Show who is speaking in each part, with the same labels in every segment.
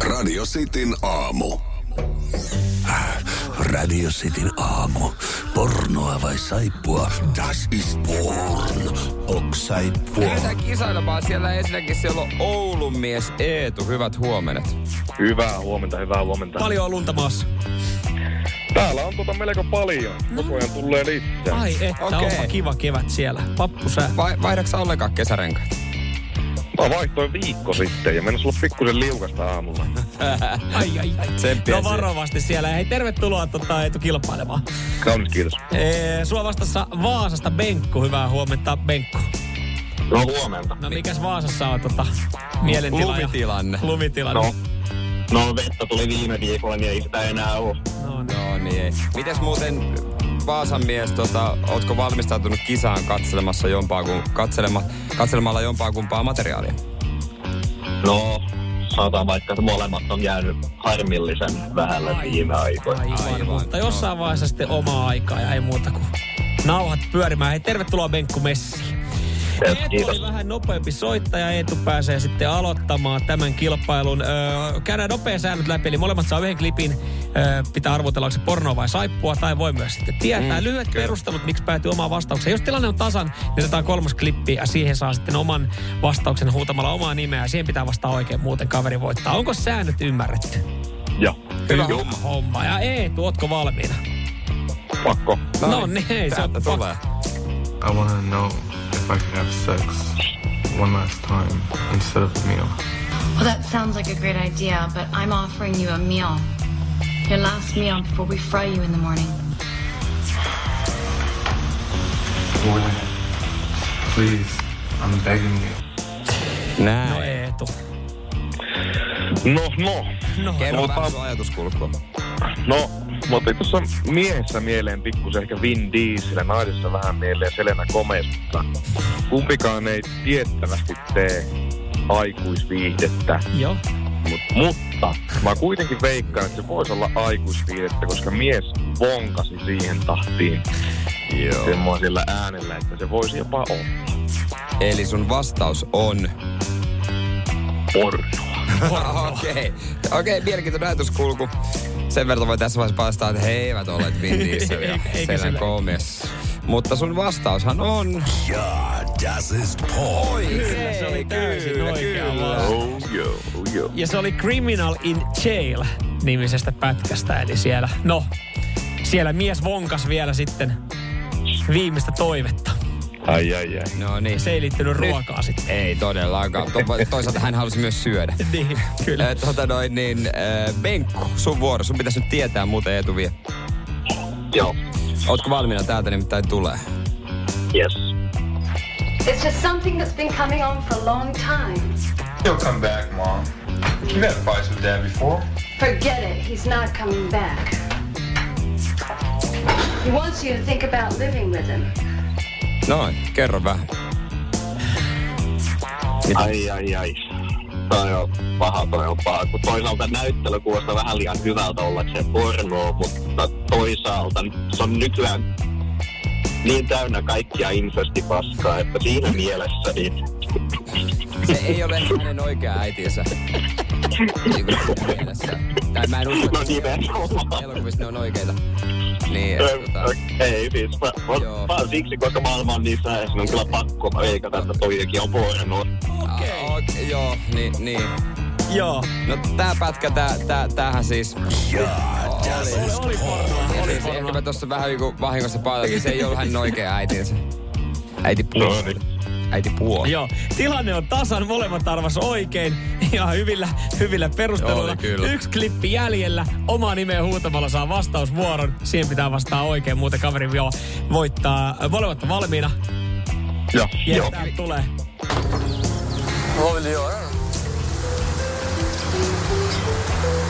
Speaker 1: Radio Cityn aamu. Äh, Radio Cityn aamu. Pornoa vai saippua? Das is porn. Ok saippua.
Speaker 2: Lähdetään kisailemaan siellä ensinnäkin siellä on Oulun mies Eetu. Hyvät huomenet.
Speaker 3: Hyvää huomenta, hyvää huomenta.
Speaker 4: Paljon on lunta maassa.
Speaker 3: Täällä on tota melko paljon. Koko ajan tulee lisää.
Speaker 4: No. Ai että,
Speaker 2: Okei.
Speaker 4: okay. onpa kiva kevät siellä. Pappusää.
Speaker 2: Vai, vaihdaksa ollenkaan kesärenkaita?
Speaker 3: Mä vaihtoin viikko sitten ja mennessä olla pikkusen liukasta aamulla.
Speaker 4: Ai, ai, ai.
Speaker 2: Tsemppiä
Speaker 4: No
Speaker 2: siihen.
Speaker 4: varovasti siellä. Hei, tervetuloa tota, Eetu kilpailemaan.
Speaker 3: Kaunis kiitos.
Speaker 4: Ee, sua vastassa Vaasasta Benkku. Hyvää huomenta, Benkku.
Speaker 3: No huomenta.
Speaker 4: No mikäs Vaasassa on tota, mielentila? ja-
Speaker 2: Lumitilanne.
Speaker 4: Lumitilanne. No.
Speaker 5: No vettä tuli viime viikolla, niin ei sitä enää ole.
Speaker 4: No, niin.
Speaker 2: No niin ei. Mites muuten Vaasan mies, tota, ootko valmistautunut kisaan katselemassa jompaa kun, katselema, katselemalla jompaa kumpaa materiaalia?
Speaker 5: No, sanotaan vaikka, että molemmat on jäänyt harmillisen vähälle viime aikoina.
Speaker 4: Aivan,
Speaker 2: Aivan,
Speaker 4: Aivan, mutta jossain vaiheessa sitten omaa aikaa ja ei muuta kuin nauhat pyörimään. Hei, tervetuloa Benkku Messiin.
Speaker 5: Yes,
Speaker 4: Eetu
Speaker 5: kiitos.
Speaker 4: oli vähän nopeampi soittaja. Eetu pääsee sitten aloittamaan tämän kilpailun. Öö, käydään nopea säännöt läpi, eli molemmat saa yhden klipin. Öö, pitää arvotella, onko se porno vai saippua, tai voi myös sitten tietää. Mm, Lyhyet kyllä. perustelut, miksi päätyy omaan vastaukseen. Jos tilanne on tasan, niin otetaan kolmas klippi, ja siihen saa sitten oman vastauksen huutamalla omaa nimeä. Ja siihen pitää vastata oikein, muuten kaveri voittaa. Onko säännöt ymmärretty?
Speaker 3: Ja,
Speaker 2: Hyvä
Speaker 4: homma. homma. Ja Eetu, ootko valmiina?
Speaker 3: pakko.
Speaker 4: No, no niin, hei, se on
Speaker 2: Täältä
Speaker 4: pakko.
Speaker 2: tulee.
Speaker 6: I want to know if I could have sex one last time instead of a meal.
Speaker 7: Well, that sounds like a great idea, but I'm offering you a meal. Your last meal before we fry you in the morning.
Speaker 6: Gordon, please, I'm begging you.
Speaker 2: Näin.
Speaker 4: No Eetu.
Speaker 3: No, no.
Speaker 4: No,
Speaker 2: Kerro
Speaker 3: Mutta-
Speaker 2: vähän sun ajatuskulkua.
Speaker 3: No, mä otin tuossa miehessä mieleen pikkusen ehkä Vin Diesel ja naisessa vähän mieleen Selena Gomez, mutta kumpikaan ei tiettävästi tee aikuisviihdettä.
Speaker 4: no. joo.
Speaker 3: Mut, mutta mä kuitenkin veikkaan, että se voisi olla aikuisviihdettä, koska mies vonkasi siihen tahtiin
Speaker 2: Joo.
Speaker 3: semmoisilla äänellä, että se voisi jopa olla
Speaker 2: Eli sun vastaus on...
Speaker 3: pornoa.
Speaker 2: Okei, okay. okay, mielenkiintoinen ajatuskulku. Sen verran voi tässä vaiheessa paistaa, että he eivät ole Vin Diesel ja
Speaker 4: Eikä- eikä
Speaker 2: Selena
Speaker 4: sillä-
Speaker 2: Gomez. Mutta sun vastaushan on...
Speaker 1: Ja das is porn.
Speaker 4: Kyllä, se oli täysin
Speaker 2: kyllä,
Speaker 4: oikea
Speaker 2: kyllä.
Speaker 4: vastaus.
Speaker 3: Oh joo, oh joo.
Speaker 4: Ja se oli Criminal in Jail nimisestä pätkästä, eli siellä, no, siellä mies vonkas vielä sitten viimeistä toivetta.
Speaker 3: Ai ai ai.
Speaker 2: No niin.
Speaker 4: Ja se ei liittynyt ruokaa sitten.
Speaker 2: Ei todellakaan. To- toisaalta hän halusi myös syödä.
Speaker 4: Niin, kyllä.
Speaker 2: Ö, Tota noin, niin ö, Benkku, sun vuoro. Sun pitäisi nyt tietää, muuten Eetu vie.
Speaker 5: Joo,
Speaker 2: Ootko valmiina? Täältä nimittäin tulee.
Speaker 5: yes.
Speaker 7: It's just something that's been coming on for a long time.
Speaker 8: He'll come back, Mom. You've had fights with Dad before.
Speaker 7: Forget it, he's not coming back. He wants you to think about living with him.
Speaker 2: Noin, kerro vähän.
Speaker 5: Ai, ai, ai. Toi on paha, toi on paha. Kun toisaalta näyttely kuulostaa vähän liian hyvältä ollakseen pornoa, mutta toisaalta se on nykyään niin täynnä kaikkia infestipaskaa, että siinä mielessä niin
Speaker 2: Se ei ole hänen oikea äitinsä. Niin kuin siinä mielessä. Tai mä en usko,
Speaker 5: No
Speaker 2: että
Speaker 5: nimenomaan.
Speaker 2: elokuvissa ne on oikeita. Niin,
Speaker 5: Ö,
Speaker 2: et, tota,
Speaker 5: Ei siis, mä,
Speaker 2: Joo.
Speaker 5: mä, vaan siksi, koska maailma on niin sääs, niin on kyllä pakko veikata, että toikin on porno.
Speaker 2: okay. okay, joo, niin, niin.
Speaker 4: Joo.
Speaker 2: No tää pätkä, tää, tää, tämähän siis...
Speaker 4: Oli, oli pornoa. Oli
Speaker 2: Siis ehkä
Speaker 4: pornoa.
Speaker 2: mä tossa vähän niinku vahingossa paljastin, se ei ollut hänen oikea äitinsä. Äiti puoli.
Speaker 5: niin.
Speaker 3: No
Speaker 2: Äiti puoli.
Speaker 4: Joo, tilanne on tasan, molemmat arvas oikein ja hyvillä, hyvillä perusteluilla.
Speaker 2: Oli kyllä.
Speaker 4: Yksi klippi jäljellä, oma nimeä huutamalla saa vastausvuoron. Siihen pitää vastaa oikein, muuten kaveri jo voittaa. Molemmat on valmiina.
Speaker 3: Joo,
Speaker 4: Jes,
Speaker 3: joo.
Speaker 4: täältä tulee.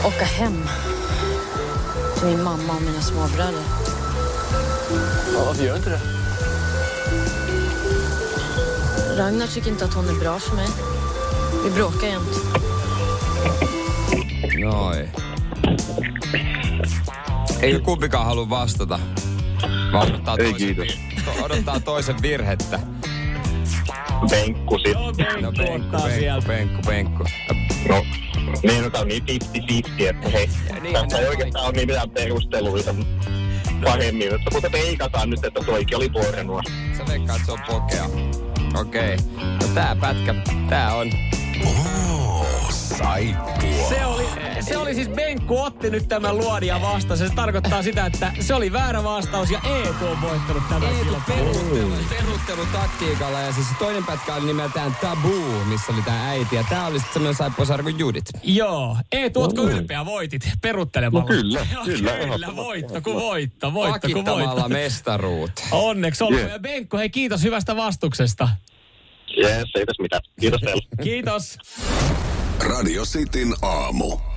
Speaker 9: Åka hem till min mamma och mina småbröder.
Speaker 10: Varför gör du inte det?
Speaker 9: Ragnar tycker inte att hon är bra för mig. Vi bråkar jämt.
Speaker 2: Noi. Ei kumpikaan halua vastata. Vaan odottaa,
Speaker 3: Ei,
Speaker 2: toisen,
Speaker 3: kiitos.
Speaker 2: to- odottaa toisen virhettä.
Speaker 5: Penkku sit.
Speaker 4: Joo, Benkku
Speaker 2: No penkku,
Speaker 4: ottaa
Speaker 2: penkku,
Speaker 4: sieltä.
Speaker 2: penkku, penkku.
Speaker 3: No,
Speaker 5: Niin, no tää on niin 50-50, että hei,
Speaker 2: niin,
Speaker 5: tässä ei
Speaker 2: näin
Speaker 5: oikeastaan ole niin mitään perusteluita pahemmin. Mutta mutta veikataan nyt, että toikin oli pornoa.
Speaker 2: Sä veikkaat, se on pokea. Okei. No tää pätkä, tää on.
Speaker 1: Saippua.
Speaker 4: Se oli, se oli siis Benkku otti nyt tämän luodia vastaan. Se tarkoittaa sitä, että se oli väärä vastaus ja Eetu on voittanut tämän
Speaker 2: Eetu
Speaker 4: kilpailun.
Speaker 2: peruuttelu, peruuttelu taktiikalla ja siis se toinen pätkä oli nimeltään Tabu, missä oli tää äiti. Ja tää oli sitten semmonen saippuasarja kuin Judit.
Speaker 4: Joo. Eetu, ootko ylpeä? Voitit peruttelemalla.
Speaker 3: niin. No kyllä, kyllä,
Speaker 4: kyllä.
Speaker 3: ehdottomasti.
Speaker 4: Voitto kuin voitto, voitto kuin
Speaker 2: Pakittamalla
Speaker 4: voitto.
Speaker 2: mestaruut.
Speaker 4: Onneksi olkoon.
Speaker 3: Jee.
Speaker 4: Ja Benkku, hei kiitos hyvästä vastuksesta.
Speaker 5: Jees, ei tässä mitään. Kiitos teille.
Speaker 4: Kiitos.
Speaker 1: Radio Cityn aamu.